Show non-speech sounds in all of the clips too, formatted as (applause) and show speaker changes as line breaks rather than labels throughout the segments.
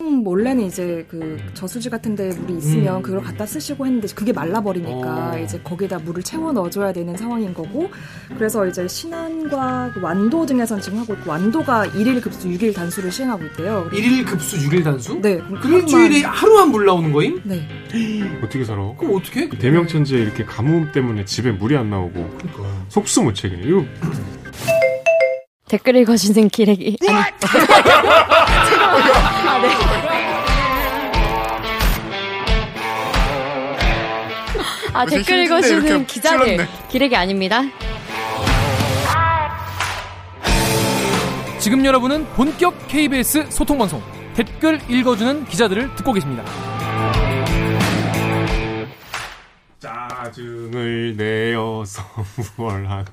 선생님 음, 원래는 이제 그 저수지 같은데 물이 있으면
음.
그걸 갖다 쓰시고 했는데 그게 말라버리니까
어.
이제 거기다 물을 채워 넣어줘야 되는 상황인 거고 그래서 이제 신안과 그 완도 등에선 지금 하고 있고 완도가 1일 급수 6일 단수를 시행하고 있대요. 그래서-
1일 급수 6일 단수?
네.
그럼 일주일에 하루만 물 나오는 거임?
네.
어떻게 살아?
그럼 어떻게 해?
대명천지에 이렇게 가뭄 때문에 집에 물이 안 나오고
그러니까.
속수무책이네. 이거
댓글 읽어주는 기레기. 아니, 아,
무슨
댓글
힌트인데
읽어주는
이렇게
기자들.
찔렀네.
기레기 아닙니다.
지금 여러분은 본격 KBS 소통 방송 댓글 읽어주는 기자들을 듣고 계십니다.
짜증을 내어서 (laughs) 무얼 하나.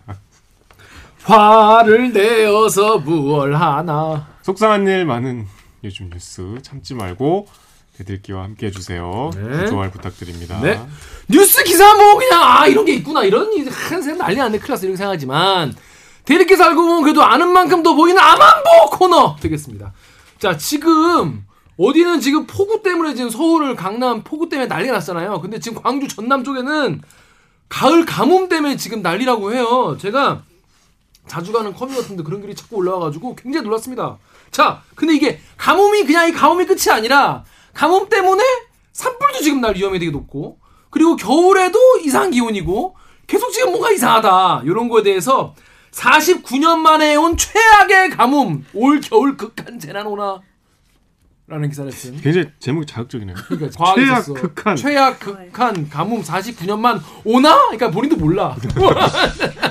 화를 내어서 무얼 하나.
속상한 일 많은 요즘 뉴스 참지 말고 대들기와 함께 해주세요.
네.
좋아요 부탁드립니다.
네. 뉴스 기사 뭐 그냥 아 이런 게 있구나 이런 이- 한 생각 난리 났네 클라스 이렇게 생각하지만 대리께서 알고 보면 그래도 아는 만큼 더 보이는 아만보 코너 되겠습니다. 자 지금 어디는 지금 폭우 때문에 지금 서울 강남 폭우 때문에 난리 났잖아요. 근데 지금 광주 전남 쪽에는 가을 가뭄 때문에 지금 난리라고 해요. 제가 자주 가는 커뮤 같은데 그런 글이 자꾸 올라와가지고 굉장히 놀랐습니다. 자, 근데 이게 가뭄이 그냥 이 가뭄이 끝이 아니라 가뭄 때문에 산불도 지금 날 위험이 되게 높고 그리고 겨울에도 이상 기온이고 계속 지금 뭔가 이상하다 이런 거에 대해서 49년 만에 온 최악의 가뭄 올 겨울 극한 재난 오나 라는 기사를 했어요.
굉장히 제목이 자극적이네요. (laughs)
그러니까 과학이
최악
있었어.
극한.
최악 극한 가뭄 49년만 오나? 그러니까 본인도 몰라. (laughs)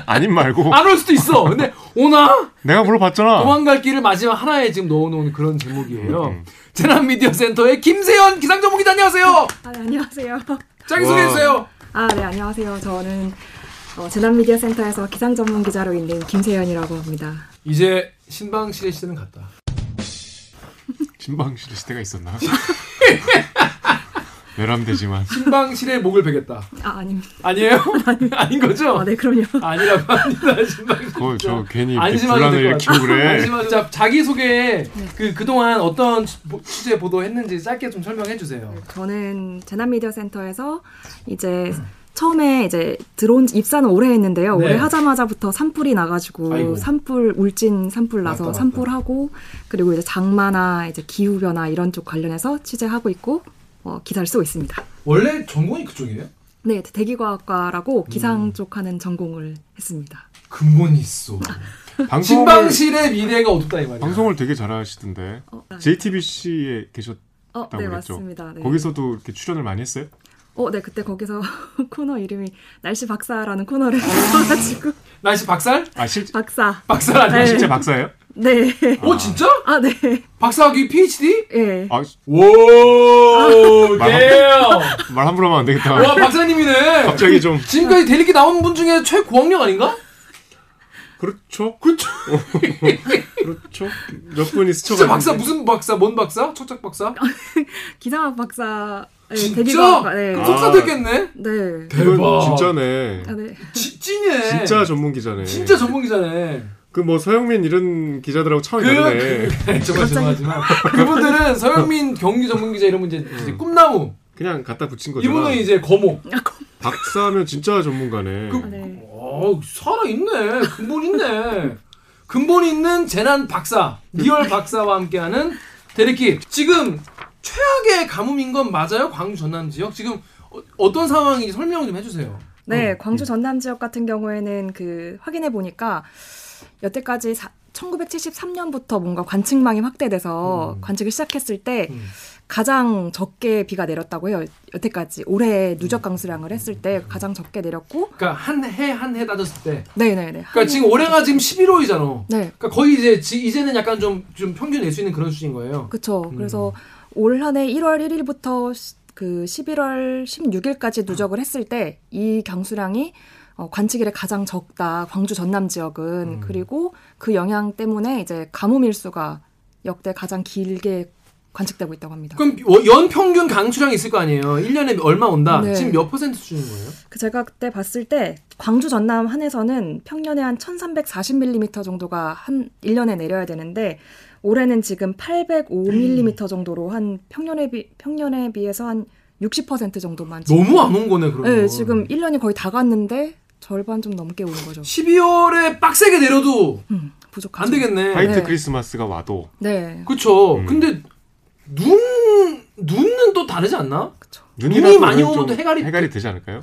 아님 말고
안 올 수도 있어. 근데 오나?
내가 불러봤잖아.
도망갈 길을 마지막 하나에 지금 넣어놓은 그런
음,
제목이에요. 재난미디어센터의 김세현 기상정보기자 안녕하세요.
아, 네, 안녕하세요.
자기
와.
소개해주세요.
아, 네, 안녕하세요. 저는 어, 재난미디어센터에서 기상 전문 기자로 있는 김세연이라고 합니다.
이제 신방실의 시대는 갔다.
신방실 시대가 있었나? (laughs) 외람되지만
신방실의 목을 베겠다.
아, 아닙니다.
(laughs)
아니에요? 아닌 거죠?
아, 네, 그럼요.
아니라고 합니다. 신방실.
어, 저 괜히 어, 이렇게
안심하게
분란을
될것
일으키고 그래. 네.
안심하게. 자, 자기 소개 그 그동안 어떤 보- 취재 보도했는지 짧게 좀 설명해 주세요.
저는 재난미디어센터에서 이제 처음에 이제 들어온 지- 입사는 오래 했는데요.
네.
올해 하자마자부터 산불이 나가지고
아이고.
산불 울진 산불 나서
맞다, 맞다.
산불하고 그리고 이제 장마나 이제 기후 변화 이런 쪽 관련해서 취재하고 있고 어, 기사를 쓰고 있습니다.
원래 전공이 그쪽이에요?
네, 대기과학과라고
음.
기상 쪽 하는 전공을 했습니다.
근본이 있어.
방송을
신방실의 미래가 어둡다 이 말이야.
예. 방송을 되게 잘하시던데
어, 아,
JTBC에 계셨.
어,
아,
했다고
네
그랬죠.
맞습니다. 네.
거기서도 이렇게 출연을 많이 했어요?
어, 네 그때 거기서 (laughs) 코너 이름이 날씨 박사라는 코너를
아.
해가지고 (laughs)
날씨 박살?
아, 실,
박사.
박살 아니야?
네.
실제 박사예요?
네.
어 진짜?
아, 네.
박사학위 PhD?
예.
아,
오,
아.
대요.
말 함부로 하면 안
와
되겠다.
박사님이네.
아, 갑자기 좀.
지금까지 대리기 나온 분 중에 최고학력 아닌가?
그렇죠?
그렇죠.
그렇죠? 몇 분이 스쳐가.
진짜 박사 무슨 박사? 뭔 박사? 초작 박사?
기상학 박사. 아, 네,
진짜?
대기과학과. 네.
그럼
아.
속사됐겠네.
네.
이건
대박.
진짜네.
아, 네.
지- 찐이네.
진짜 전문 기자네.
진짜 전문 기자네.
그 뭐 서영민 이런 기자들하고 차원이
그-
다르네.
정말 죄송하지만 그분들은 서영민 경기 전문 기자 이런 분 이제 이제 꿈나무.
음. 그냥 갖다 붙인 거잖아.
이분은 이제 거목.
박사면 진짜 전문가네.
아, 네.
어, 살아있네. 근본 있네. 근본 있는 재난 박사, 리얼 박사와 함께하는 데리키. 지금 최악의 가뭄인 건 맞아요? 광주 전남 지역? 지금 어, 떤 상황인지 설명 좀 해주세요.
네,
어.
광주
음.
전남 지역 같은 경우에는 그 확인해 보니까 여태까지 사, 1973년부터 뭔가 관측망이 확대돼서
음.
관측을 시작했을 때
음.
가장 적게 비가 내렸다고 해요. 여태까지 올해
음.
누적 강수량을 했을 때 가장 적게 내렸고
그러니까 한 해 한 해 따졌을 때.
네, 네, 네.
그러니까 지금 올해가 지금 11호이잖아.
네.
그러니까 거의 이제 지- 이제는 약간 좀, 좀 평균 낼 수 있는 그런 수준 거예요.
그렇죠.
음.
그래서 올 한해 1월 1일부터 그 11월 16일까지 누적을 했을 때 이 경수량이 어, 관측일에 가장 적다. 광주 전남 지역은
음.
그리고 그 영향 때문에 이제 가뭄 일수가 역대 가장 길게 관측되고 있다고 합니다.
그럼 워- 연 평균 강수량이 있을 거 아니에요. 1년에 얼마 온다.
네.
지금 몇 퍼센트 수준인 거예요?
그 제가 그때 봤을 때 광주 전남 한에서는 평년에 한 1340mm 정도가 한 1년에 내려야 되는데 올해는 지금
음.
805mm 정도로 한 평년에 비 평년에 비해서 한 60% 정도만 지금-
너무 안 온 거네 그러면.
네, 지금 1년이 거의 다 갔는데 절반 좀 넘게 오는 거죠.
12월에 빡세게 내려도
음, 부족하죠.
안 되겠네.
화이트
네.
크리스마스가 와도
네.
그쵸.
음.
근데 눈 눈은 또 다르지 않나?
눈이
많이 오면 또 해갈이-
해갈이 되지 않을까요?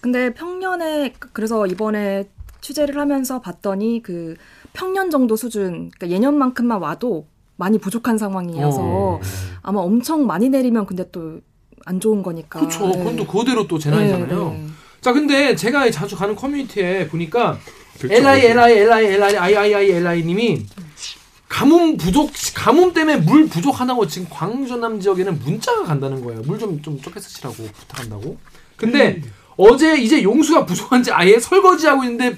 근데 평년에 그래서 이번에 취재를 하면서 봤더니 그 평년 정도 수준, 그러니까 예년만큼만 와도 많이 부족한 상황이어서
어.
아마 엄청 많이 내리면 근데 또 안 좋은 거니까.
그쵸.
네.
그건 또 그대로 또 재난이잖아요.
네, 네.
자, 근데 제가 자주 가는 커뮤니티에 보니까
그렇죠.
LI LI LI LI I I LI 님이 가뭄 부족 가뭄 때문에 물 부족하다고 지금 광주남 지역에는 문자가 간다는 거예요. 물 좀 좀 쪼개 쓰시라고 부탁한다고. 근데 어제 이제 용수가 (laughs) 부족한지 아예 설거지 하고 있는데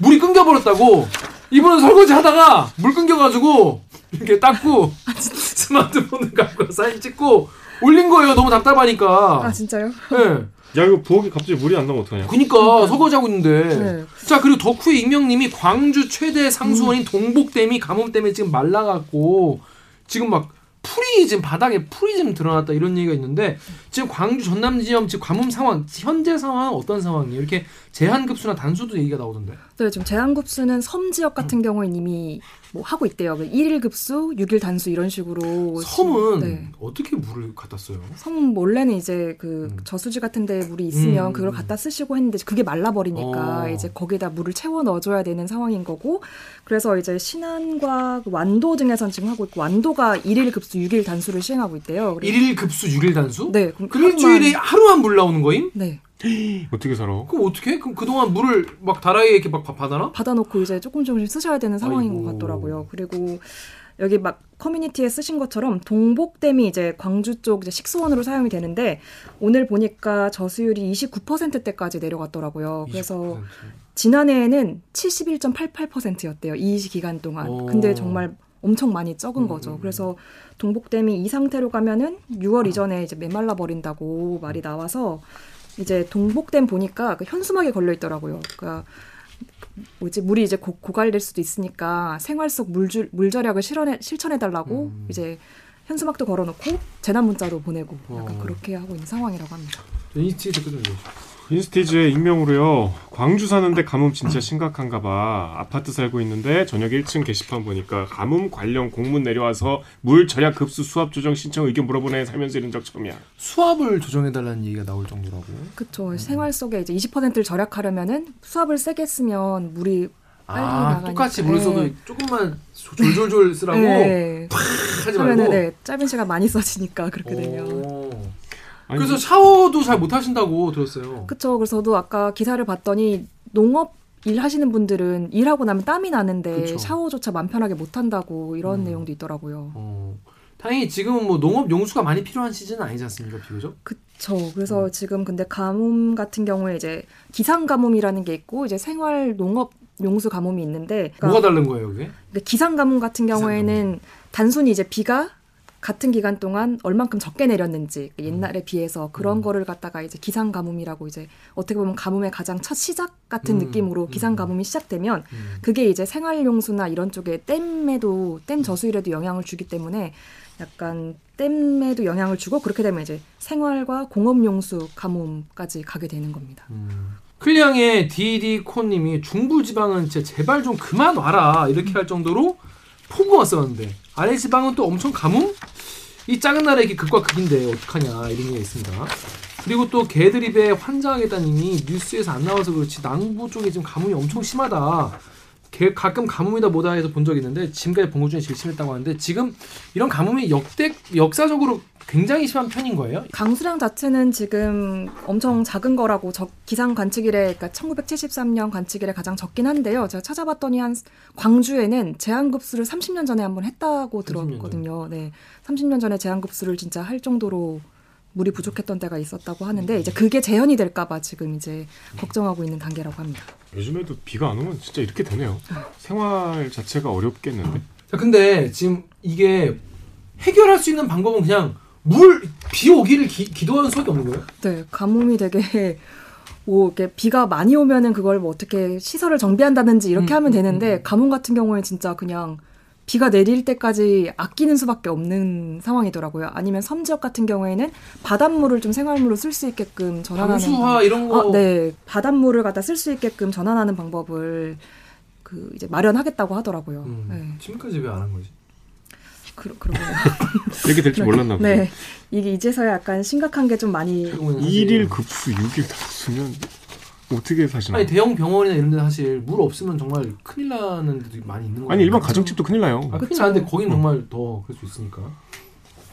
물이 끊겨 버렸다고. 이분은 설거지 하다가 물 끊겨 가지고 이렇게 닦고 스마트폰을 (laughs) 갖고 사진 찍고 올린 거예요. 너무 답답하니까.
아 진짜요?
예.
야 이거 부엌에 갑자기 물이 안 나면 어떡하냐?
그니까 그러니까 서거지하고 있는데
네.
자 그리고 덕후 익명님이 광주 최대 상수원인
음.
동복댐이 가뭄 때문에 지금 말라갔고 지금 막 풀이 지금 바닥에 풀이 지금 드러났다 이런 얘기가 있는데 지금 광주 전남 지역 지금 가뭄 상황 현재 상황 어떤 상황이에요? 이렇게 제한급수나 단수도 얘기가 나오던데
네, 지금 제한급수는 섬 지역
음.
같은 경우에 이미 뭐 하고 있대요. 1일 급수, 6일 단수 이런 식으로.
섬은
뭐 지금, 네.
어떻게 물을 갖다 써요?
섬은 원래는 이제 그
음.
저수지 같은 데 물이 있으면
음,
그걸
음.
갖다 쓰시고 했는데 그게 말라버리니까
어.
이제 거기다 물을 채워 넣어줘야 되는 상황인 거고 그래서 이제 신안과 그 완도 등에선 지금 하고 있고 완도가 1일 급수 6일 단수를 시행하고 있대요. 그래서-
1일 급수 6일 단수?
네, 그럼
그럼
하루만-
일주일에 하루만 물 나오는 거임?
네
어떻게 살아?
그럼 어떻게? 해? 그럼 그동안 물을 막 다라이에 이렇게 막 받아놔?
받아놓고 이제 조금 조금씩 쓰셔야 되는 상황인
아이고.
것 같더라고요. 그리고 여기 막 커뮤니티에 쓰신 것처럼 동복댐이 이제 광주 쪽 이제 식수원으로 사용이 되는데 오늘 보니까 저수율이 29%대까지 내려갔더라고요. 어, 그래서
20%.
지난해에는 71.88%였대요. 이 기간 동안.
오.
근데 정말 엄청 많이 적은
음, 음, 아.
거죠.
음.
그래서 동복댐이 이 상태로 가면은 6월 이전에 이제 메말라 버린다고 말이 나와서 이제 동복댐 보니까 그 현수막에 걸려 있더라고요. 그러니까 뭐지 물이 이제 곧 고갈될 수도 있으니까 생활 속 물줄 물 절약을 실현해 실천해 달라고
음.
이제 현수막도 걸어놓고 재난 문자도 보내고 약간
어.
그렇게 하고 있는 상황이라고 합니다.
인스티 댓글 좀 읽어주세요.
인스티즈의 익명으로요. 광주 사는데 가뭄 진짜 심각한가 봐. 아파트 살고 있는데 저녁 1층 게시판 보니까 가뭄 관련 공문 내려와서 물 절약 급수 수압 조정 신청 의견 물어보네 살면서 이런 적 처음이야.
수압을 조정해달라는 얘기가 나올 정도라고.
그쵸. 생활 속에 이제 20%를 절약하려면은 수압을 세게 쓰면 물이 빨리
아,
나가니까.
똑같이 물을
네.
써도 조금만 조- 졸졸졸 쓰라고
네.
하지
하면은
말고.
네, 짧은 시간 많이 (laughs) 써지니까 그렇게 되면.
오.
아니,
그래서 샤워도 잘 못 하신다고 들었어요.
그쵸. 그래서 저도 아까 기사를 봤더니 농업 일 하시는 분들은 일하고 나면 땀이 나는데
그쵸.
샤워조차 맘 편하게 못 한다고 이런
음.
내용도 있더라고요.
어. 다행히 지금은 뭐 농업 용수가 많이 필요한 시즌은 아니지 않습니까, 비교적?
그쵸. 그래서
음.
지금 근데 가뭄 같은 경우에 이제 기상 가뭄이라는 게 있고 이제 생활 농업 용수 가뭄이 있는데 그러니까
뭐가 다른 거예요, 그게?
근데 그러니까 기상 가뭄 같은
기상
경우에는 단순히 이제 비가 같은 기간 동안 얼만큼 적게 내렸는지 그 옛날에 비해서 그런
음.
거를 갖다가 이제 기상 가뭄이라고 이제 어떻게 보면 가뭄의 가장 첫 시작 같은
음,
느낌으로
음.
기상 가뭄이 시작되면
음.
그게 이제 생활용수나 이런 쪽에 댐에도 댐 저수율에도 영향을 주기 때문에 약간 댐에도 영향을 주고 그렇게 되면 이제 생활과 공업용수 가뭄까지 가게 되는 겁니다.
클리앙의 디디코님이 중부지방은 진짜 제발 좀 그만 와라 이렇게 할 정도로 폭우가 왔었는데 아래지방은 또 엄청 가뭄? 이 작은 나라 이게 극과 극인데 어떡하냐 이런 얘기가 있습니다. 그리고 또 개드립에 환장하겠다님이 뉴스에서 안 나와서 그렇지 남부 쪽에 지금 가뭄이 엄청 심하다. 개- 가끔 가뭄이다 뭐다 해서 본 적 있는데 지금까지 본 것 중에 제일 심했다고 하는데 지금 이런 가뭄이 역대 역사적으로 굉장히 심한 편인 거예요?
강수량 자체는 지금 엄청 작은 거라고 적- 기상 관측일에 그러니까 1973년 관측일에 가장 적긴 한데요. 제가 찾아봤더니 한 광주에는 제한급수를 30년 전에 한번 했다고
30년
들었거든요. 네, 30년 전에 제한급수를 진짜 할 정도로 물이 부족했던 때가 있었다고 하는데 이제 그게 재현이 될까봐 지금 이제 걱정하고 있는 단계라고 합니다.
요즘에도 비가 안 오면 진짜 이렇게 되네요. 생활 자체가 어렵겠는데.
자, 근데 지금 이게 해결할 수 있는 방법은 그냥 물, 비 오기를 기, 기도하는 수밖에 없는 거예요?
네, 가뭄이 되게 (laughs) 뭐 이렇게 비가 많이 오면은 그걸 뭐 어떻게 시설을 정비한다든지 이렇게
음,
하면
음,
되는데
음.
가뭄 같은 경우에 진짜 그냥 비가 내릴 때까지 아끼는 수밖에 없는 상황이더라고요. 아니면 섬 지역 같은 경우에는 바닷물을 좀 생활물로 쓸 수 있게끔 전환하는
방수화 이런 거
어, 네, 바닷물을 갖다 쓸 수 있게끔 전환하는 방법을 그 이제 마련하겠다고 하더라고요.
음,
네,
지금까지 왜 안 한 거지?
그러 그러고요.
(laughs)
이렇게 될줄 몰랐나 보네.
네, 이게 이제서야 약간 심각한 게 좀 많이
태국은 사실-
1일 급수 6일 단수면 어떻게 사시나?
아니
아니,
대형 병원이나 이런 데 사실 물 없으면 정말 큰일 나는 데도 많이 있는 거예요.
일반 가정집도 어. 큰일 나요.
아, 큰일 나는데 거긴 정말 더 그럴 수 있으니까.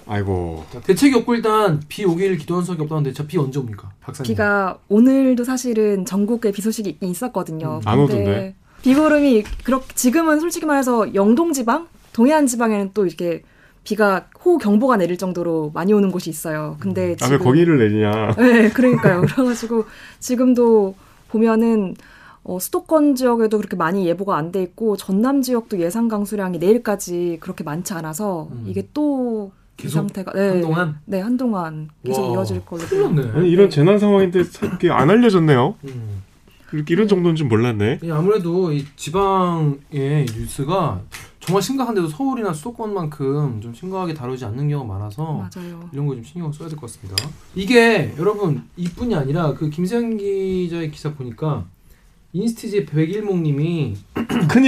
아이고.
자, 대책이 없고 일단 비 오길 기도한 적이 없다는데 저 비 언제 옵니까?
음.
박사님.
비가 오늘도 사실은 전국에 비 소식이 있긴 있었거든요.
안
근데
오던데?
비구름이 그렇 지금은 솔직히 말해서 영동 지방, 동해안 지방에는 또 이렇게 비가 호우 경보가 내릴 정도로 많이 오는 곳이 있어요. 근데
아 왜
지금
거기를 내리냐?
네, 그러니까요. 그래가지고 지금도 보면은 어, 수도권 지역에도 그렇게 많이 예보가 안 돼 있고 전남 지역도 예상 강수량이 내일까지 그렇게 많지 않아서
음.
이게 또 이
계속
상태가 네,
한동안?
네 한동안 계속
와,
이어질 걸로
큰일
보여요.
났네.
아니 이런 재난 상황인데 이렇게 안 알려졌네요.
음.
이렇게 이런 정도는 좀 몰랐네. (clears throat)
이 예, 아무래도 이 지방의 뉴스가 정말 심각한데도 서울이나 수도권만큼 좀 심각하게 다루지 않는 경우가 많아서
맞아요.
이런 거 좀 신경 을 써야 될 것 같습니다. 이게 여러분 이뿐이 아니라 그 김세현 기자의 기사 보니까 인스티지 백일목님이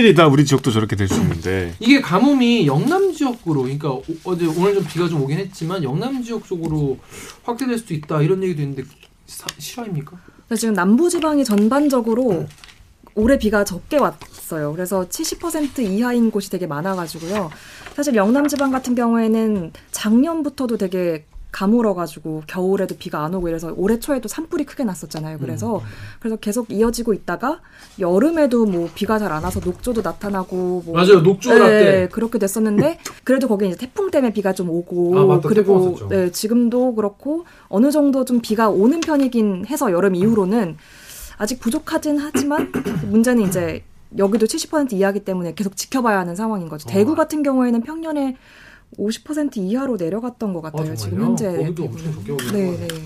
큰일이다. 우리 지역도 저렇게 될 수 있는데.
이게 가뭄이 영남 지역으로 그러니까 오- 어제 오늘 좀 비가 좀 오긴 했지만 영남 지역 쪽으로 확대될 수도 있다 이런 얘기도 있는데 사- 실화입니까?
근데 지금 남부지방이 전반적으로 올해 비가 적게 왔어요. 그래서 70% 이하인 곳이 되게 많아가지고요. 사실 영남지방 같은 경우에는 작년부터도 되게 가물어가지고 겨울에도 비가 안 오고 이래서 올해 초에도 산불이 크게 났었잖아요. 그래서 그래서 계속 이어지고 있다가 여름에도 뭐 비가 잘 안 와서 녹조도 나타나고 뭐
맞아요 녹조가
네,
때
그렇게 됐었는데 그래도 거기 이제 태풍 때문에 비가 좀 오고
아, 맞다. 태풍
그리고
왔었죠.
네, 지금도 그렇고 어느 정도 좀 비가 오는 편이긴 해서 여름 이후로는 아직 부족하진 하지만 (clears throat) 문제는 이제 여기도 70% 이하기 때문에 계속 지켜봐야 하는 상황인 거죠.
어.
대구 같은 경우에는 평년에 50% 이하로 내려갔던 것 같아요.
아,
지금
정말요?
현재
거기도
대구는.
엄청 적게 오는
네,
거네.
네.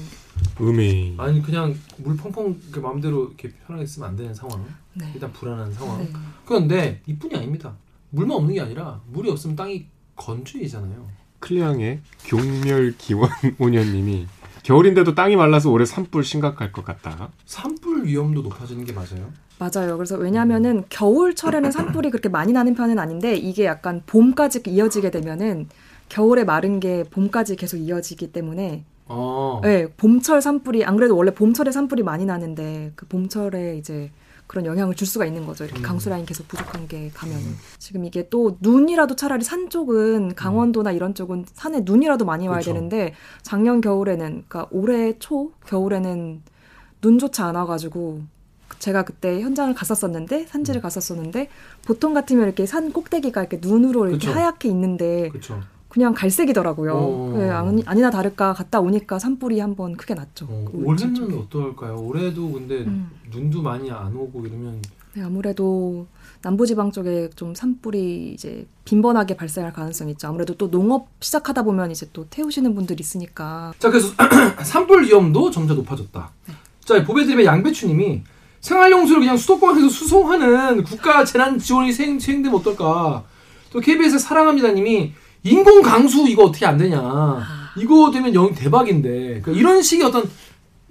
음이.
아니 그냥 물 펑펑 이렇게 마음대로 이렇게 편하게 쓰면 안 되는 상황
네.
일단 불안한 상황
네.
그런데 이뿐이 아닙니다 물만 없는 게 아니라 물이 없으면 땅이 건조해지잖아요
클리앙의 경멸 기원 (laughs) 오년님이 겨울인데도 땅이 말라서 올해 산불 심각할 것 같다.
산불 위험도 높아지는 게 맞아요
맞아요. 그래서 왜냐하면은 겨울철에는 산불이 그렇게 많이 나는 편은 아닌데 이게 약간 봄까지 이어지게 되면은 겨울에 마른 게 봄까지 계속 이어지기 때문에
어
네, 봄철 산불이 안 그래도 원래 봄철에 산불이 많이 나는데 그 봄철에 이제 그런 영향을 줄 수가 있는 거죠. 이렇게
음.
강수라인 계속 부족한 게 가면 은 지금 이게 또 눈이라도 차라리 산 쪽은 강원도나 이런 쪽은 산에 눈이라도 많이 와야
그렇죠.
되는데 작년 겨울에는 그러니까 올해 초 겨울에는 눈조차 안 와가지고 제가 그때 현장을 갔었었는데
음.
산지를 갔었었는데 보통 같으면 이렇게 산 꼭대기가 이렇게 눈으로 이렇게
그렇죠.
하얗게 있는데
그렇죠
그냥 갈색이더라고요.
어.
네, 아니, 아니나 다를까 갔다 오니까 산불이 한 번 크게 났죠.
어,
그
올해는
쪽에.
어떨까요 올해도 근데
음.
눈도 많이 안 오고 이러면
네, 아무래도 남부지방 쪽에 좀 산불이 이제 빈번하게 발생할 가능성이 있죠. 아무래도 또 농업 시작하다 보면 이제 또 태우시는 분들 있으니까
자 그래서 (clears throat) 산불 위험도 점차 높아졌다. 자 보배드립의 양배추님이 생활용수를 그냥 수도권에서 수송하는 국가 재난 지원이 시행, 시행되면 어떨까. 또 KBS의 사랑합니다님이 인공 강수 이거 어떻게 안 되냐.
아.
이거 되면 영 대박인데. 그러니까 이런 식의 어떤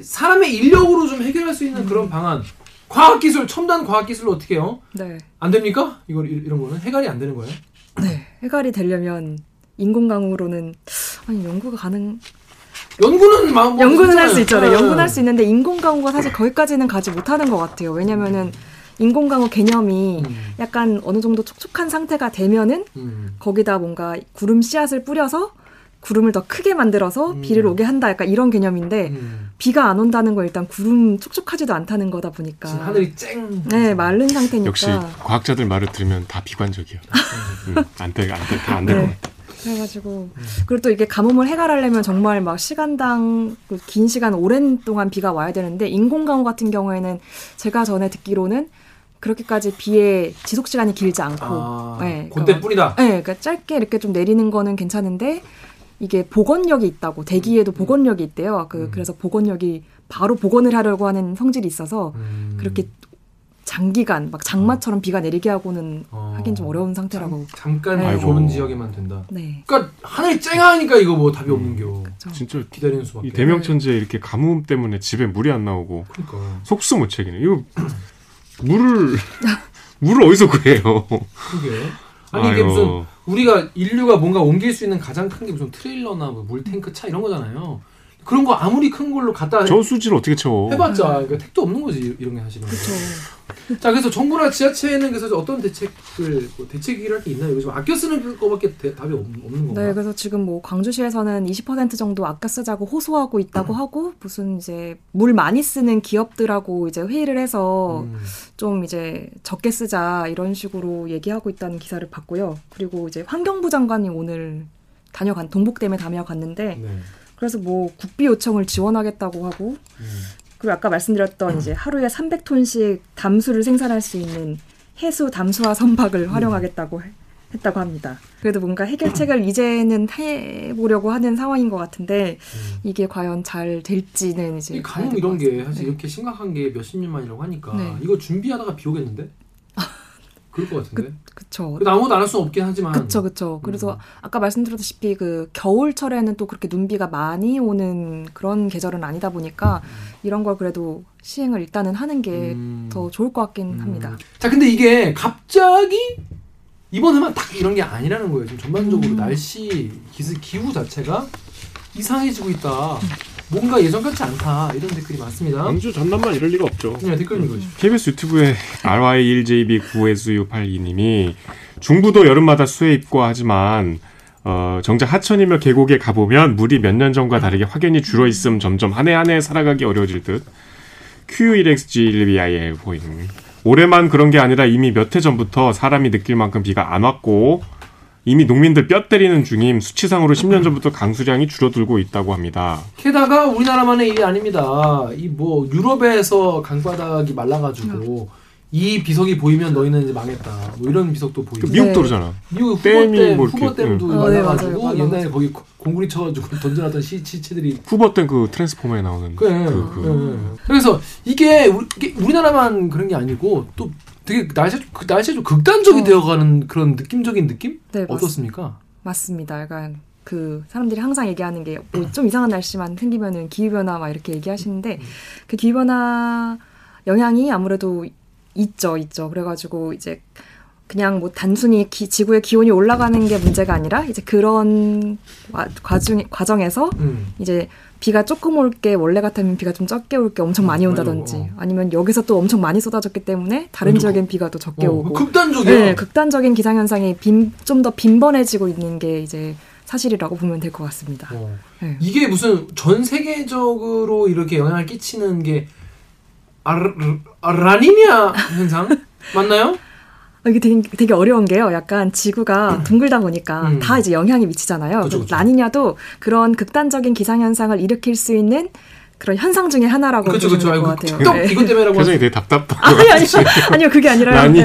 사람의 인력으로 좀 해결할 수
음.
있는 그런 방안. 과학기술 첨단 과학기술로 어떻게 해요?
네,
안 됩니까? 이거 이- 이런 거는 해결이 안 되는 거예요?
해갈이 되려면 인공강우로는 아니 연구가 가능
연구는 막 뭐-
연구는 할 수 있죠. 네,
네.
연구는 할 수 있는데 인공강우가 사실 거기까지는 가지 못하는 것 같아요. 왜냐면은 인공강우 개념이
음,
약간 어느 정도 촉촉한 상태가 되면은
음.
거기다 뭔가 구름 씨앗을 뿌려서 구름을 더 크게 만들어서
음.
비를 오게 한다 약간 이런 개념인데
음.
비가 안 온다는 건 일단 구름 촉촉하지도 않다는 거다 보니까
지금 하늘이 음. 쨍.
네 마른 상태니까
역시 과학자들 말을 들으면 다
(laughs)
비관적이야. 음, 안 돼, 안 돼, 다안 될
네.
것 같아.
그래가지고
음.
그리고 또 이게 가뭄을 해결하려면 정말 막 시간당 그긴 시간 오랜 동안 비가 와야 되는데 인공강우 같은 경우에는 제가 전에 듣기로는 그렇게까지 비의 지속 시간이 길지 않고
아,
네,
그때
그러니까
뿐이다.
네, 그러니까 짧게 이렇게 좀 내리는 거는 괜찮은데 이게 복원력이 있다고 대기에도 복원력이 있대요. 그
음.
음. 그래서 복원력이 바로 복원을 하려고 하는 성질이 있어서 그렇게 장기간 막 장마처럼 비가 내리게 하고는
어.
하긴 좀 어려운 상태라고. 네.
잠깐
아이고.
좋은 지역에만 된다.
네.
그러니까 하늘이 쨍하니까 이거 뭐 답이 없는겨.
그렇죠.
진짜
기다리는 수밖에.
이 대명천지에 이렇게 가뭄 때문에 집에 물이 안 나오고
그러니까.
속수무책이네. 이거
(laughs)
물을 물을 어디서 구해요?
그게. 아니 이게
아유.
무슨 우리가 인류가 뭔가 옮길 수 있는 가장 큰 게 무슨 트레일러나 뭐 물탱크 차 이런 거잖아요. 그런 거 아무리 큰 걸로 갖다
저 수지를 어떻게 채워?
해봤자 그러니까 택도 없는 거지 이런 게 사실은.
그렇죠.
자 그래서 정부나 지자체는 그래서 어떤 대책을 뭐 대책이랄 게 있나요? 요즘 아껴 쓰는 거밖에 대- 답이 없- 없는 건가?
네, 그래서 지금 뭐 광주시에서는 20% 정도 아껴 쓰자고 호소하고
(clears throat)
있다고 하고 무슨 이제 물 많이 쓰는 기업들하고 이제 회의를 해서
음.
좀 이제 적게 쓰자 이런 식으로 얘기하고 있다는 기사를 봤고요. 그리고 이제 환경부 장관이 오늘 다녀간 동북댐에 다녀갔는데
네.
그래서 뭐 국비 요청을 지원하겠다고 하고
음.
그리고 아까 말씀드렸던 이제 하루에 300톤씩 담수를 생산할 수 있는 해수 담수화 선박을 활용하겠다고 해- 했다고 합니다. 그래도 뭔가 해결책을 이제는 해보려고 하는 상황인 것 같은데
음.
이게 과연 잘 될지는 이제
이
봐야
가뭄
될것
이런 게
같습니다.
사실
네.
이렇게 심각한 게 몇십 년 만이라고 하니까
네.
이거 준비하다가 비
(laughs)
오겠는데? 그럴 것 같은데.
그쵸.
그래도 아무것도 안 할 수는 없긴 하지만.
그쵸, 그쵸. 그래서
음.
아까 말씀드렸다시피 그 겨울철에는 또 그렇게 눈비가 많이 오는 그런 계절은 아니다 보니까 이런 걸 그래도 시행을 일단은 하는 게 더
음.
좋을 것 같긴
음.
합니다.
자, 근데 이게 갑자기 이번 해만 딱 이런 게 아니라는 거예요. 지금
음.
전반적으로 날씨, 기스, 기후 자체가 이상해지고 있다. 뭔가 예전 같지 않다. 이런 댓글이 많습니다.
네.
광주 전남만 이럴 리가 없죠.
네, 댓글 읽어주십시오.
KBS 유튜브에 RY1JB9S682님이 중부도 여름마다 수해 입고하지만 어, 정작 하천이며 계곡에 가보면 물이 몇 년 전과 다르게 확연히 줄어 있음 점점 한 해 한 해 살아가기 어려워질 듯 Q1XG1BIL 보임 올해만 그런 게 아니라 이미 몇 해 전부터 사람이 느낄 만큼 비가 안 왔고 이미 농민들 뼈 때리는 중임 수치상으로 10년 전부터 강수량이 줄어들고 있다고 합니다.
게다가 우리나라만의 일이 아닙니다. 이 뭐 유럽에서 강바닥이
음.
말라가지고 이 비석이 보이면 너희는 이제 망했다. 뭐 이런 비석도 보이고.
그
미-
미국도
네.
그러잖아.
미국
댐이
후보댐
뭐 이렇게,
응.
후보댐도
어, 네,
말라가지고
맞아요.
옛날에
말라가지고.
거기 고- 공구리 쳐가지고 (laughs) 던져놨던 시, 시체들이
후보 땐 그 트랜스포머에 나오는
그,
그, 그.
래서 이게, 우리, 나라만 그런 게 아니고 또 되게 날씨 그 날씨 좀 극단적이
어.
되어가는 그런 느낌적인 느낌
네, 맞-
어떻습니까?
맞습니다. 약간 그 사람들이 항상 얘기하는 게 뭐 좀 이상한 날씨만 생기면은 기후변화 막 이렇게 얘기하시는데 그 기후변화 영향이 아무래도 있죠, 있죠. 그래가지고 이제 그냥 뭐 단순히 기- 지구의 기온이 올라가는 게 문제가 아니라 이제 그런 과, 과중, 과정에서
음.
이제 비가 조금 올 게 원래 같으면 비가 좀 적게 올 게 엄청 많이
맞아요.
온다든지 아니면 여기서 또 엄청 많이 쏟아졌기 때문에 다른
완전
지역엔 비가 또 적게
어,
오고
극단적이야.
네, 극단적인 기상 현상이 좀 더 빈번해지고 있는 게 이제 사실이라고 보면 될 것 같습니다.
어.
네.
이게 무슨 전 세계적으로 이렇게 영향을 끼치는 게 알- 알- 라니냐 현상 맞나요?
아, 이게 되게, 되게 어려운 게요. 약간 지구가 둥글다 보니까
음.
다 이제 영향이 미치잖아요.
그쵸, 그쵸.
라니냐도 그런 극단적인 기상 현상을 일으킬 수 있는 그런 현상 중에 하나라고
그렇죠,
보시면
그렇죠.
될
아이고
것 (laughs) 같아요.
또
네.
이것 때문에라고
표정이 되게 답답하고
아니 아니
(laughs)
아니요 그게 아니라
라니.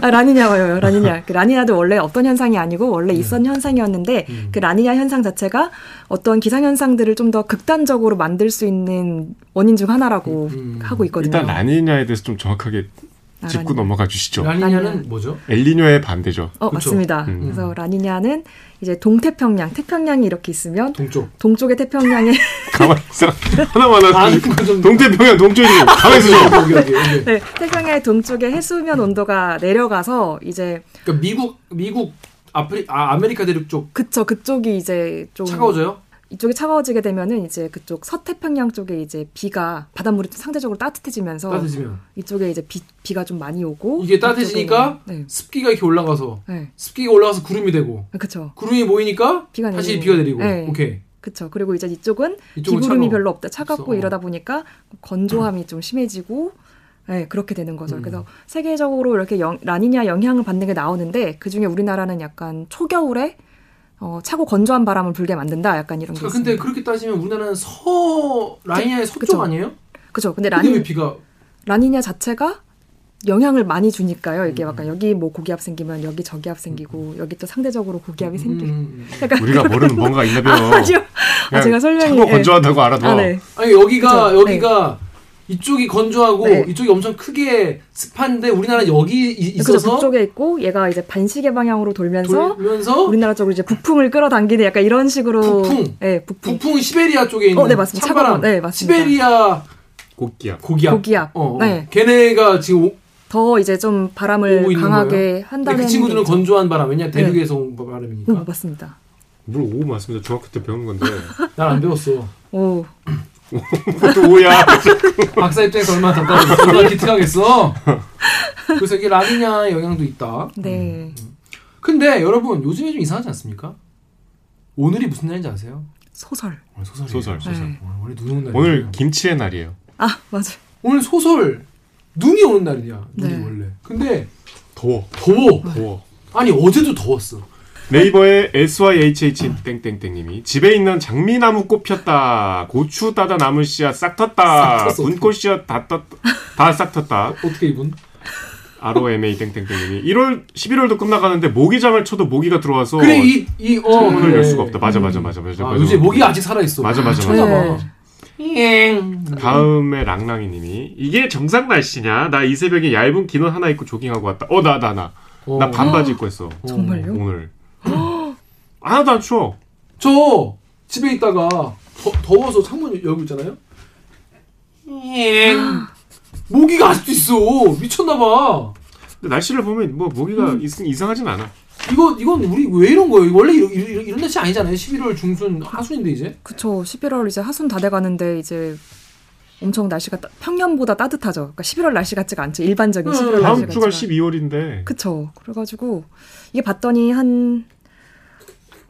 아, 라니냐요 라니냐 그 라니냐도 원래 어떤 현상이 아니고 원래 있었던 현상이었는데
음.
그 라니냐 현상 자체가 어떤 기상 현상들을 좀 더 극단적으로 만들 수 있는 원인 중 하나라고
음.
하고 있거든요.
일단 라니냐에 대해서 좀 정확하게
아,
짚고
라니냐.
넘어가 주시죠.
네.
라니냐는
라니냐.
뭐죠?
엘니뇨의 반대죠.
어
그쵸.
맞습니다.
음.
그래서 라니냐는 이제 동태평양 태평양이 이렇게 있으면
동쪽.
동쪽의 태평양에 (laughs)
가만 있어. 하나만
아,
하나.
그거 좀-
동태평양 동쪽이고 가만 있어. 좀.
여기, 여기, 여기.
네, 태평양의 동쪽의 해수면 온도가 내려가서 이제
그러니까 미국 미국 아프리 아 아메리카 대륙 쪽
그쵸 그쪽이 이제 좀
차가워져요?
이쪽이 차가워지게 되면은 이제 그쪽 서태평양 쪽에 이제 비가 바닷물이 좀 상대적으로 따뜻해지면서
따뜻해지면
이쪽에 이제 비, 비가 좀 많이 오고
이게 따뜻해지니까
이쪽에- 네,
습기가 이렇게 올라가서
네,
습기가 올라가서 구름이 되고
그쵸
구름이 모이니까
비가
다시
내리고.
비가 내리고
네.
오케이
그쵸 그리고 이제 이쪽은
이쪽은
비구름이
차가워.
별로 없다 차갑고
없어. 어.
이러다 보니까 건조함이 좀 심해지고 네, 그렇게 되는 거죠.
음.
그래서 세계적으로 이렇게 영- 라니냐 영향을 받는 게 나오는데 그 중에 우리나라는 약간 초겨울에 어, 차고 건조한 바람을 불게 만든다. 약간 이런 게
자,
있습니다.
근데 그렇게 따지면 우리나라는 서 라니아의 서쪽
그쵸.
아니에요?
그죠. 근데
근데 왜
라니
비가
라니냐 자체가 영향을 많이 주니까요. 이게
음.
약간 여기 뭐 고기압 생기면 여기 저기압 생기고 여기 또 상대적으로 고기압이 생기고.
음, 음, 음.
약간
우리가 모르는 뭔가 있나 봐요.
아니요. 아, 제가 설명이
어.
차고 건조하다고 알아도.
아, 네.
아니 여기가
그쵸.
여기가 이쪽이 건조하고
네.
이쪽이 엄청 크게 습한데 우리나라 여기 이-
그래서
있어서
북쪽에 있고 얘가 이제 반시계 방향으로 돌면서
돌면서
우리나라 쪽으로 이제 북풍을 끌어당기는 약간 이런 식으로
북풍?
네, 북풍.
북풍 시베리아 쪽에 있는
어, 네, 맞습니다.
찬바람.
차가운, 네, 맞습니다.
시베리아
곡기야.
고기압.
고기압.
어, 어.
네.
걔네가 지금 오-
더 이제 좀
오고
바람을
있는
강하게 한다는
근데 그 친구들은
얘기죠. 네. 음.
건조한 바람. 왜냐 대륙에서 온 바람이니까.
오, 맞습니다.
물오 맞습니다. 중학교 때 배운 건데. (laughs)
난 안 배웠어.
오.
또 오야.
박사 입장에서 얼마나
(laughs)
답답하겠어. 얼마나 기특하겠어. 그래서 이게 라니냐 영향도 있다. 음,
네.
근데 여러분 요즘에 좀 이상하지 않습니까? 오늘이 무슨 날인지 아세요?
소설.
오늘 소설이에요.
소설 소설.
네.
오늘 원래 눈 오는 날.
오늘 김치의 날이에요.
아, 맞아. 요
오늘 소설 눈이 오는 날이야. 눈이
네.
원래. 근데
더워.
더워.
더워.
아니 어제도 더웠어.
네이버의 SYHH 땡땡땡님이 집에 있는 장미나무 꽃 폈다. 고추 따다 나물 씨앗 싹
싹
텄다.
텄어.
분꽃 씨앗 다싹 텄다.
어떻게 이분?
ROMA 땡땡땡님이 1월 11월도 끝나가는데 모기장을 쳐도 모기가 들어와서
그래 이이어 네. 음.
문을 열 수가 없다. 맞아 맞아 맞아 맞아.
아,
맞아.
요새 목이 아직 살아 있어.
맞아, 맞아,
쳤나
맞아.
봐.
예.
잉.
다음에 랑랑이님이 이게 정상 날씨냐? 나 이 새벽에 얇은 기는 하나 입고 조깅하고 왔다. 어 나 나 나.
어.
나 반바지 입고 했어.
어.
정말요? (gasps)
오늘. 하나도 안 추워.
저 집에 있다가 더, 더워서 창문 열고 있잖아요.
예.
잉. 모기가 아직도 있어. 미쳤나 봐.
근데 날씨를 보면 뭐 모기가
음.
있, 이상하진 않아.
이거 이건 우리 왜 이런 거예요? 원래 이런, 이런, 이런 날씨 아니잖아요. 11월 중순 하순인데 이제.
그쵸. 11월 이제 하순 다 돼가는데 이제 엄청 날씨가 따- 평년보다 따뜻하죠. 그러니까 11월 날씨 같지가 않죠. 일반적인
음,
11월 날씨
다음
같지가.
주가 12월인데
그쵸. 그래가지고 이게 봤더니 한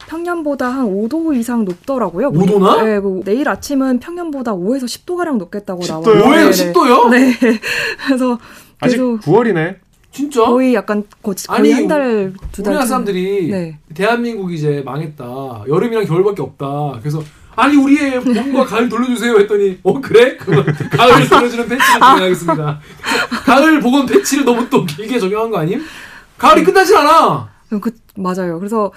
평년보다 한 5도 이상 높더라고요.
5도 나?
네, 그 내일 아침은 평년보다 5에서 10도 가량 높겠다고
10
나와요.
도요?
네,
뭐예요?
네.
10도요?
네. (laughs) 그래서
아직
계속
9월이네.
진짜?
거의 약간 거,
어? 아니,
거의 한 달, 두 달.
우리나라
전-
사람들이
네.
대한민국이 이제 망했다. 여름이랑 겨울밖에 없다. 그래서 아니 우리의 봄과 가을 돌려주세요 했더니 어 그래? 그럼 가을 돌려주는 패치를
아.
진행하겠습니다. 가을 보건 패치를 너무 또 길게 적용한 거 아님?
음.
가을이 끝나질 않아.
그 맞아요. 그래서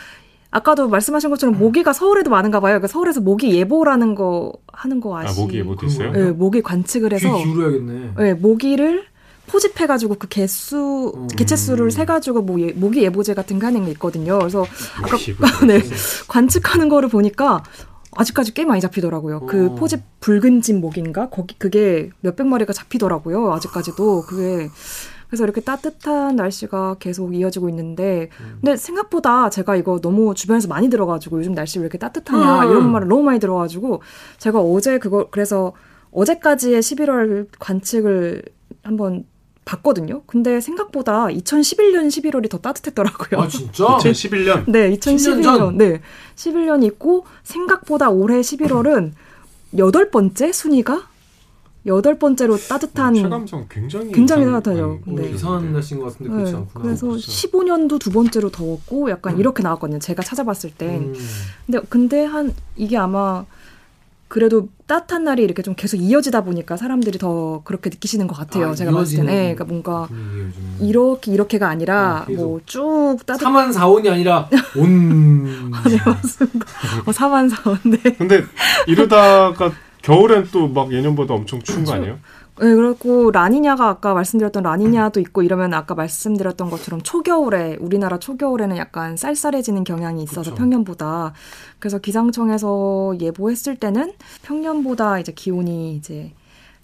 아까도 말씀하신
음.
것처럼 모기가 서울에도 많은가 봐요. 그러니까 서울에서 모기 예보라는 거 하는 거
아
아시?
모기에 음. 뭐도 있어요?
네, 모기 관측을 해서
귀 기울여야겠네.
네, 모기를 포집해가지고 그 개수
음.
개체수를 세 가지고 뭐 예- 모기 예보제 같은 게 하는 게 있거든요. 그래서 아까
역시
네, 관측하는 거를 보니까 아직까지 꽤 많이 잡히더라고요. 그
어.
포집 붉은 집 모기인가 거기 그게 몇백 마리가 잡히더라고요. 아직까지도 그게 그래서 이렇게 따뜻한 날씨가 계속 이어지고 있는데 근데 생각보다 제가 이거 너무 주변에서 많이 들어가지고 요즘 날씨 왜 이렇게 따뜻하냐
음.
이런 말을 너무 많이 들어가지고 제가 어제 그거 그래서 어제까지의 11월 관측을 한번 봤거든요. 근데 생각보다 2011년 11월이 더 따뜻했더라고요.
아 진짜?
어, 2011년
네,
10년
2011년.
전.
네. 11년 있고 생각보다 올해 11월은 여덟 번째 순위가 여덟 번째로
음,
따뜻한
어, 체감상 굉장히
굉장히
이상-
따뜻해요.
아니,
오늘
네.
이상한 날씨인 것 같은데 그렇지
네,
않구나.
그래서
그렇죠.
15년도 두 번째로 더웠고 약간 이렇게 나왔거든요. 제가 찾아봤을 때.
음.
근데 근데 한 이게 아마 그래도 따뜻한 날이 이렇게 좀 계속 이어지다 보니까 사람들이 더 그렇게 느끼시는 것 같아요.
아,
제가 봤을 때는.
이어지는
네, 그러니까 뭔가
분위기 요즘.
이렇게 이렇게가 아니라
아, 계속.
뭐 쭉 따뜻 한
3만
(laughs)
4원이 아니라 온.
어, 4만 4원데
근데 이러다가 겨울엔 또 막 예년보다 엄청 추운 거 아니에요?
네, 그렇고 라니냐가 아까 말씀드렸던 라니냐도 있고 이러면 아까 말씀드렸던 것처럼 초겨울에 우리나라 초겨울에는 약간 쌀쌀해지는 경향이 있어서
그쵸.
평년보다 그래서 기상청에서 예보했을 때는 평년보다 이제 기온이 이제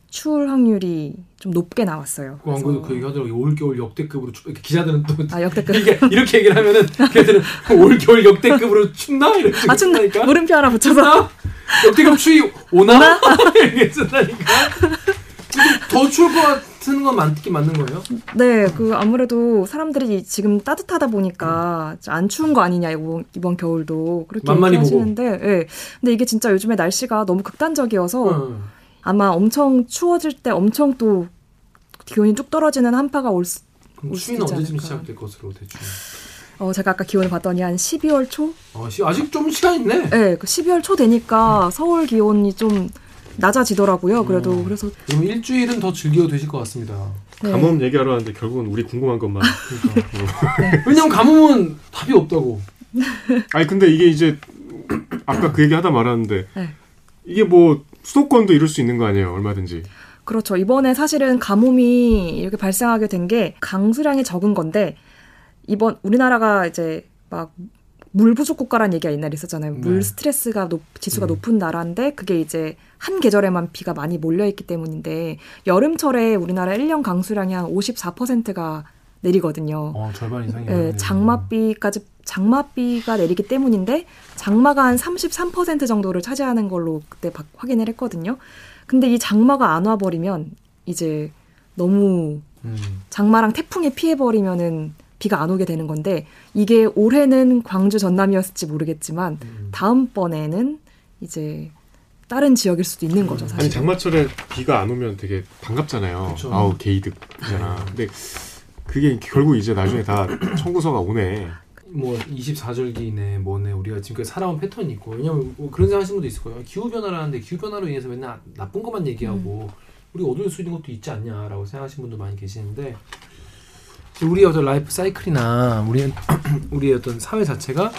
추울 확률이 좀 높게 나왔어요.
그 광고도 그
그래서-
얘기 하더라고요. 올겨울 역대급으로 춥... 이렇게 기자들은 또
아 역대급
(laughs) 이게 이렇게 얘기를 하면은 걔들은 (laughs) 올겨울 역대급으로 춥나 이렇게
아 춥나
춥다니까.
물음표 하나 붙여서
춥나? 역대급 추위 오나? (laughs) 이렇게 쓴다니까. 근데 더 추울 것 같은 건 맞긴 맞는 거예요.
네 그 아무래도 사람들이 지금 따뜻하다 보니까 안 추운 거 아니냐 이번, 이번 겨울도 그렇게
음. 만만히 보고.
얘기하시는데 예. 근데 이게 진짜 요즘에 날씨가 너무 극단적이어서
응.
아마 엄청 추워질 때 엄청 또 기온이 쭉 떨어지는 한파가 올 수,
그럼
올
추위는
수도 있지
언제쯤
않을까.
시작될 것으로 대충.
어, 제가 아까 기온을 봤더니 한 12월 초?
아, 시, 아직 좀 시간 있네.
네, 그 12월 초 되니까 서울 기온이 좀 낮아지더라고요. 그래도
음.
그래서
그럼 일주일은 더 즐겨 되실 것 같습니다.
네.
감염 얘기하러 왔는데 결국은 우리 궁금한 것만.
왜냐면 가뭄은 답이 없다고.
(laughs) 아니 근데 이게 이제 아까 그 얘기 하다 말았는데
네.
이게 뭐 수도권도 이럴 수 있는 거 아니에요? 얼마든지.
그렇죠. 이번에 사실은 가뭄이 이렇게 발생하게 된 게 강수량이 적은 건데 이번 우리나라가 이제 막 물 부족 국가라는 얘기가 옛날에 있었잖아요. 물
네.
스트레스가 높, 지수가 높은 나라인데 그게 이제 한 계절에만 비가 많이 몰려있기 때문인데 여름철에 우리나라 1년 강수량이 한 54%가 내리거든요.
어, 절반 이상이.
음.
예, 장마비까지 장마비가 내리기 때문인데 장마가 한 33% 정도를 차지하는 걸로 그때 박- 확인을 했거든요. 근데 이 장마가 안 와버리면 이제 너무
음.
장마랑 태풍에 피해버리면은 비가 안 오게 되는 건데 이게 올해는 광주 전남이었을지 모르겠지만
음.
다음번에는 이제 다른 지역일 수도 있는 거죠 사실.
아니 장마철에 비가 안 오면 되게 반갑잖아요.
그쵸.
아우 게이득이잖아. 근데 그게 결국 이제 나중에 다 청구서가 오네.
뭐 24절기네 뭐네 우리가 지금까지 그 살아온 패턴이 있고 왜냐면 뭐 그런 생각 하시는 분도 있을 거예요 기후 변화라는데 기후 변화로 인해서 맨날 아, 나쁜 것만 얘기하고
음.
우리가 얻을 수 있는 것도 있지 않냐라고 생각하시는 분도 많이 계시는데 이제 우리의 어떤 라이프 사이클이나 우리는 우리의 (clears throat) 어떤 사회 자체가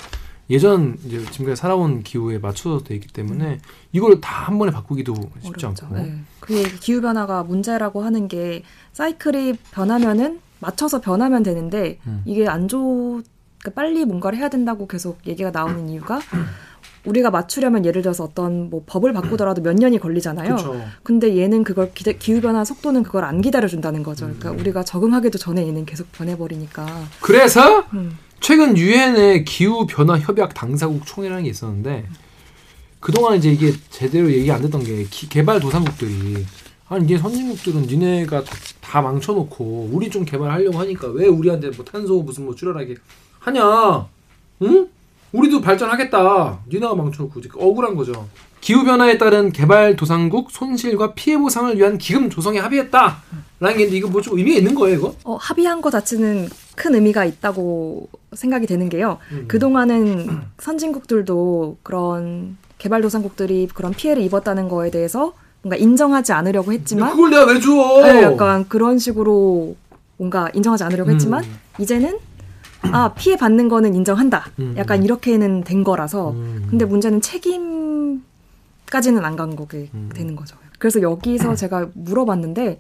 예전 이제 지금까지 살아온 기후에 맞춰서 돼 있기 때문에 이걸 다 한 번에 바꾸기도 쉽지
음. 어렵죠.
않고
네. 그게 기후 변화가 문제라고 하는 게 사이클이 변하면은 맞춰서 변하면 되는데
음.
이게 안 좋. 그러니까 빨리 뭔가를 해야 된다고 계속 얘기가 나오는 이유가 우리가 맞추려면 예를 들어서 어떤 뭐 법을 바꾸더라도 몇 년이 걸리잖아요.
그렇죠
근데 얘는 그걸 기후 변화 속도는 그걸 안 기다려 준다는 거죠.
음.
그러니까 우리가 적응하기도 전에 얘는 계속 변해 버리니까.
그래서
음.
최근 유엔의 기후 변화 협약 당사국 총회라는 게 있었는데 그동안 이제 이게 제대로 얘기 안 됐던 게 기- 개발 도상국들이 아니 니네 선진국들은 니네가 다 망쳐놓고 우리 좀 개발하려고 하니까 왜 우리한테 뭐 탄소 무슨 뭐 줄여라게 하냐 응? 우리도 발전하겠다 니네가 망쳐놓고 이제 억울한 거죠 기후 변화에 따른 개발 도상국 손실과 피해 보상을 위한 기금 조성에 합의했다 라는 게 있는데 이거 뭐 좀 의미가 있는 거예요 이거?
어, 합의한 거 자체는 큰 의미가 있다고 생각이 되는 게요.
음.
그동안은 선진국들도 그런 개발도상국들이 그런 피해를 입었다는 거에 대해서 뭔가 인정하지 않으려고 했지만
그걸 내가 왜 줘?
네, 약간 그런 식으로 뭔가 인정하지 않으려고 했지만
음.
이제는 아 피해 받는 거는 인정한다.
음.
약간 이렇게는 된 거라서
음.
근데 문제는 책임까지는 안 간 거게
음.
되는 거죠. 그래서
(clears throat)
여기서 제가 물어봤는데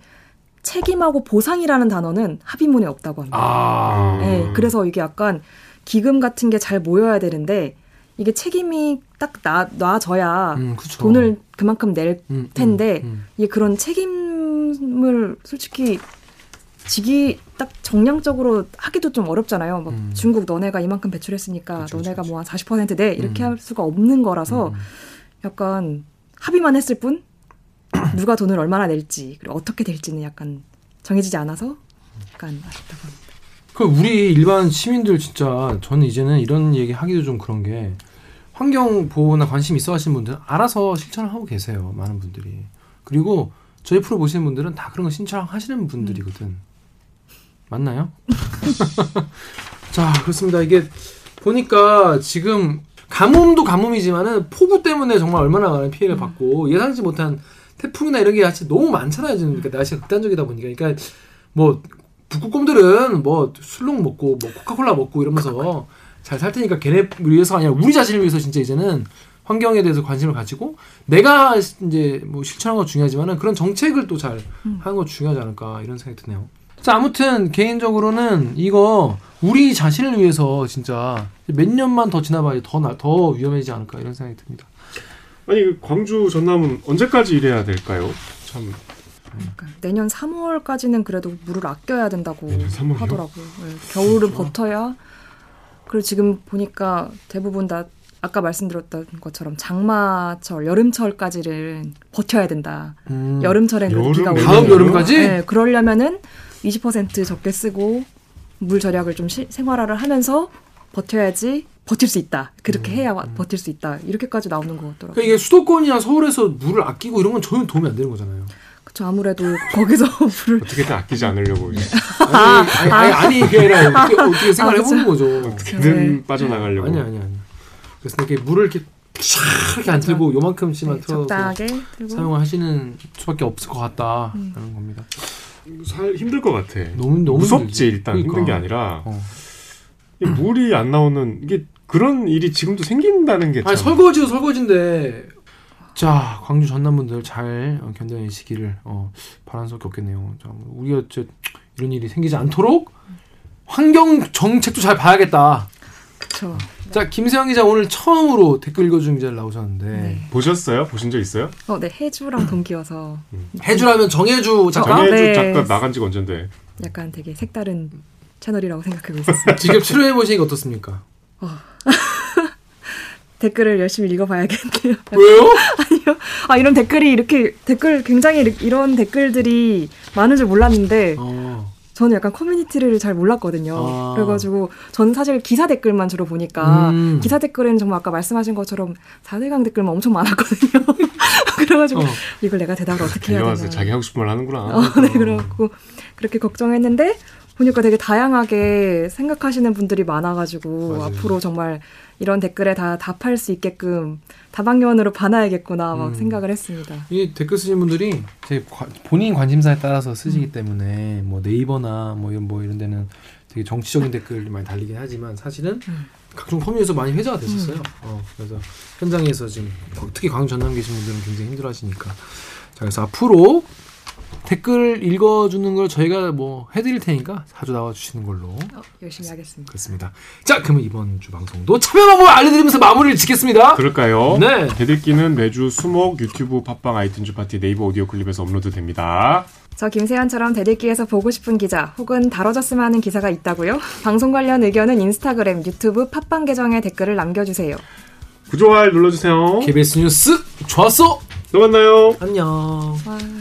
책임하고 보상이라는 단어는 합의문에 없다고 합니다.
음.
아.
네, 그래서 이게 약간 기금 같은 게 잘 모여야 되는데 이게 책임이 딱 나, 놔져야
음, 그쵸.
돈을 그만큼 낼
음, 음,
텐데.
음.
이게 그런 책임을 솔직히 지기 딱 정량적으로 하기도 좀 어렵잖아요. 막
음.
중국 너네가 이만큼 배출했으니까
그쵸,
너네가
그쵸,
뭐 한 40%내 이렇게
음.
할 수가 없는 거라서
음.
약간 합의만 했을 뿐 누가 돈을 얼마나 낼지 그리고 어떻게 될지는 약간 정해지지 않아서 약간 아쉽다고 합니다.
그 우리 일반 시민들 진짜 저는 이제는 이런 얘기 하기도 좀 그런 게 환경 보호나 관심 있어 하시는 분들은 알아서 신청을 하고 계세요. 많은 분들이. 그리고 저희 프로 보시는 분들은 다 그런 거 신청하시는 분들이거든. 맞나요? (laughs) 자, 그렇습니다. 이게 보니까 지금 가뭄도 가뭄이지만은 폭우 때문에 정말 얼마나 많은 피해를 받고 예상치 못한 태풍이나 이런 게 사실 너무 많잖아요. 지금 그러니까 날씨가 극단적이다 보니까. 그러니까 뭐 북극곰들은 뭐 술렁 먹고 뭐 코카콜라 먹고 이러면서 잘 살 테니까 걔네 위해서가 아니라 우리 자신을 위해서 진짜 이제는 환경에 대해서 관심을 가지고 내가 이제 뭐 실천하는 건 중요하지만은 그런 정책을 또 잘 하는 건 중요하지 않을까 이런 생각이 드네요. 자 아무튼 개인적으로는 이거 우리 자신을 위해서 진짜 몇 년만 더 지나봐야 더, 나, 더 위험해지지 않을까 이런 생각이 듭니다.
아니 그 광주 전남은 언제까지 이래야 될까요? 참
그러니까 내년 3월까지는 그래도 물을 아껴야 된다고
내년 3월 이요?
하더라고요. 네, 겨울은 버텨야. 그리고 지금 보니까 대부분 다 아까 말씀드렸던 것처럼 장마철, 여름철까지를 버텨야 된다.
음.
여름철엔 그래도
여름,
비가 오고.
다음 여름까지?
네, 그러려면은 20% 적게 쓰고 물 절약을 좀 시- 생활화를 하면서 버텨야지 버틸 수 있다. 그렇게
음,
해야 버틸 수 있다. 이렇게까지 나오는 것
그러니까
같더라고요.
이게 수도권이나 서울에서 물을 아끼고 이런 건 전혀 도움이 안 되는 거잖아요.
그렇죠. 아무래도 거기서 (laughs) 물을
어떻게든 아끼지 않으려고 이제
아니, 아니, 아니, 아니 그게 (laughs) 아니라 어떻게, 어떻게 생각을
아,
해보는 거죠.
어떻게든
네.
빠져나가려고.
아니, 아니, 아니. 그래서 이렇게 물을 이렇게 촤악 이렇게 안 들고 요만큼씩만
네,
틀어서
적당하게 들고
사용을 하시는 수밖에 없을 것 같다라는 겁니다.
살 힘들 것 같아.
너무, 음. 너무
무섭지
힘들지.
일단 힘든 게 아니라
어.
이 물이 안 나오는 이게 그런 일이 지금도 생긴다는 게
아니
참.
설거지도 설거지인데 자, 광주 전남분들 잘 어, 견뎌내시기를 어, 바라는 수밖에 없겠네요. 자, 뭐 우리가 저, 이런 일이 생기지 않도록 환경 정책도 잘 봐야겠다.
그렇죠.
자, 김세영 기자 오늘 처음으로 댓글 읽어주는 기자를 나오셨는데
보셨어요? 보신 적 있어요?
어, 네 해주랑 동기여서
해주라면 정해주 작가
아,
정해주
네.
작가 나간 지가 언젠데
약간 되게 색다른 채널이라고 생각하고 있었어요. (laughs)
직접 출연해 보시니까 어떻습니까?
댓글을 열심히 읽어봐야겠네요.
왜요?
아니요. 아 이런 댓글이 이렇게 댓글 굉장히 이렇게 이런 댓글들이 많은 줄 몰랐는데
어,
저는 약간 커뮤니티를 잘 몰랐거든요.
아.
그래가지고 저는 사실 기사 댓글만 주로 보니까
음.
기사 댓글은 정말 아까 말씀하신 것처럼 4대강 댓글만 엄청 많았거든요. (laughs) 그래가지고
어.
이걸 내가 대답을 어떻게 해야
달려와서
되나.
자기 하고 싶은 말 하는구나.
어, 네, 그래갖고 그렇게 걱정했는데 보니까 되게 다양하게 생각하시는 분들이 많아가지고
맞아요.
앞으로 정말 이런 댓글에 다 답할 수 있게끔 다방면으로 반하야겠구나 막
음.
생각을 했습니다.
이 댓글 쓰신 분들이 제 과- 본인 관심사에 따라서 쓰시기 때문에 뭐 네이버나 뭐 이런 뭐 이런 데는 되게 정치적인 댓글이 많이 달리긴 하지만 사실은 각종 커뮤니에서 많이 회자가 됐었어요. 어, 그래서 현장에서 지금 거- 특히 광주 전남 계신 분들은 굉장히 힘들어하시니까 자 그래서 앞으로 댓글 읽어주는 걸 저희가 뭐 해드릴 테니까 자주 나와주시는 걸로
어, 열심히 하겠습니다.
그렇습니다. 자 그러면 이번 주 방송도 참여 방법을 알려드리면서 마무리를 짓겠습니다.
그럴까요?
네.
대들기는 매주 수목 유튜브 팟빵 아이튠즈 파티 네이버 오디오 클립에서 업로드됩니다.
저 김세현처럼 대들기에서 보고 싶은 기자 혹은 다뤄졌으면 하는 기사가 있다고요? 방송 관련 의견은 인스타그램, 유튜브, 팟빵 계정에 댓글을 남겨주세요.
구조알 눌러주세요.
KBS 뉴스 좋았어.
또 만나요.
안녕.
와.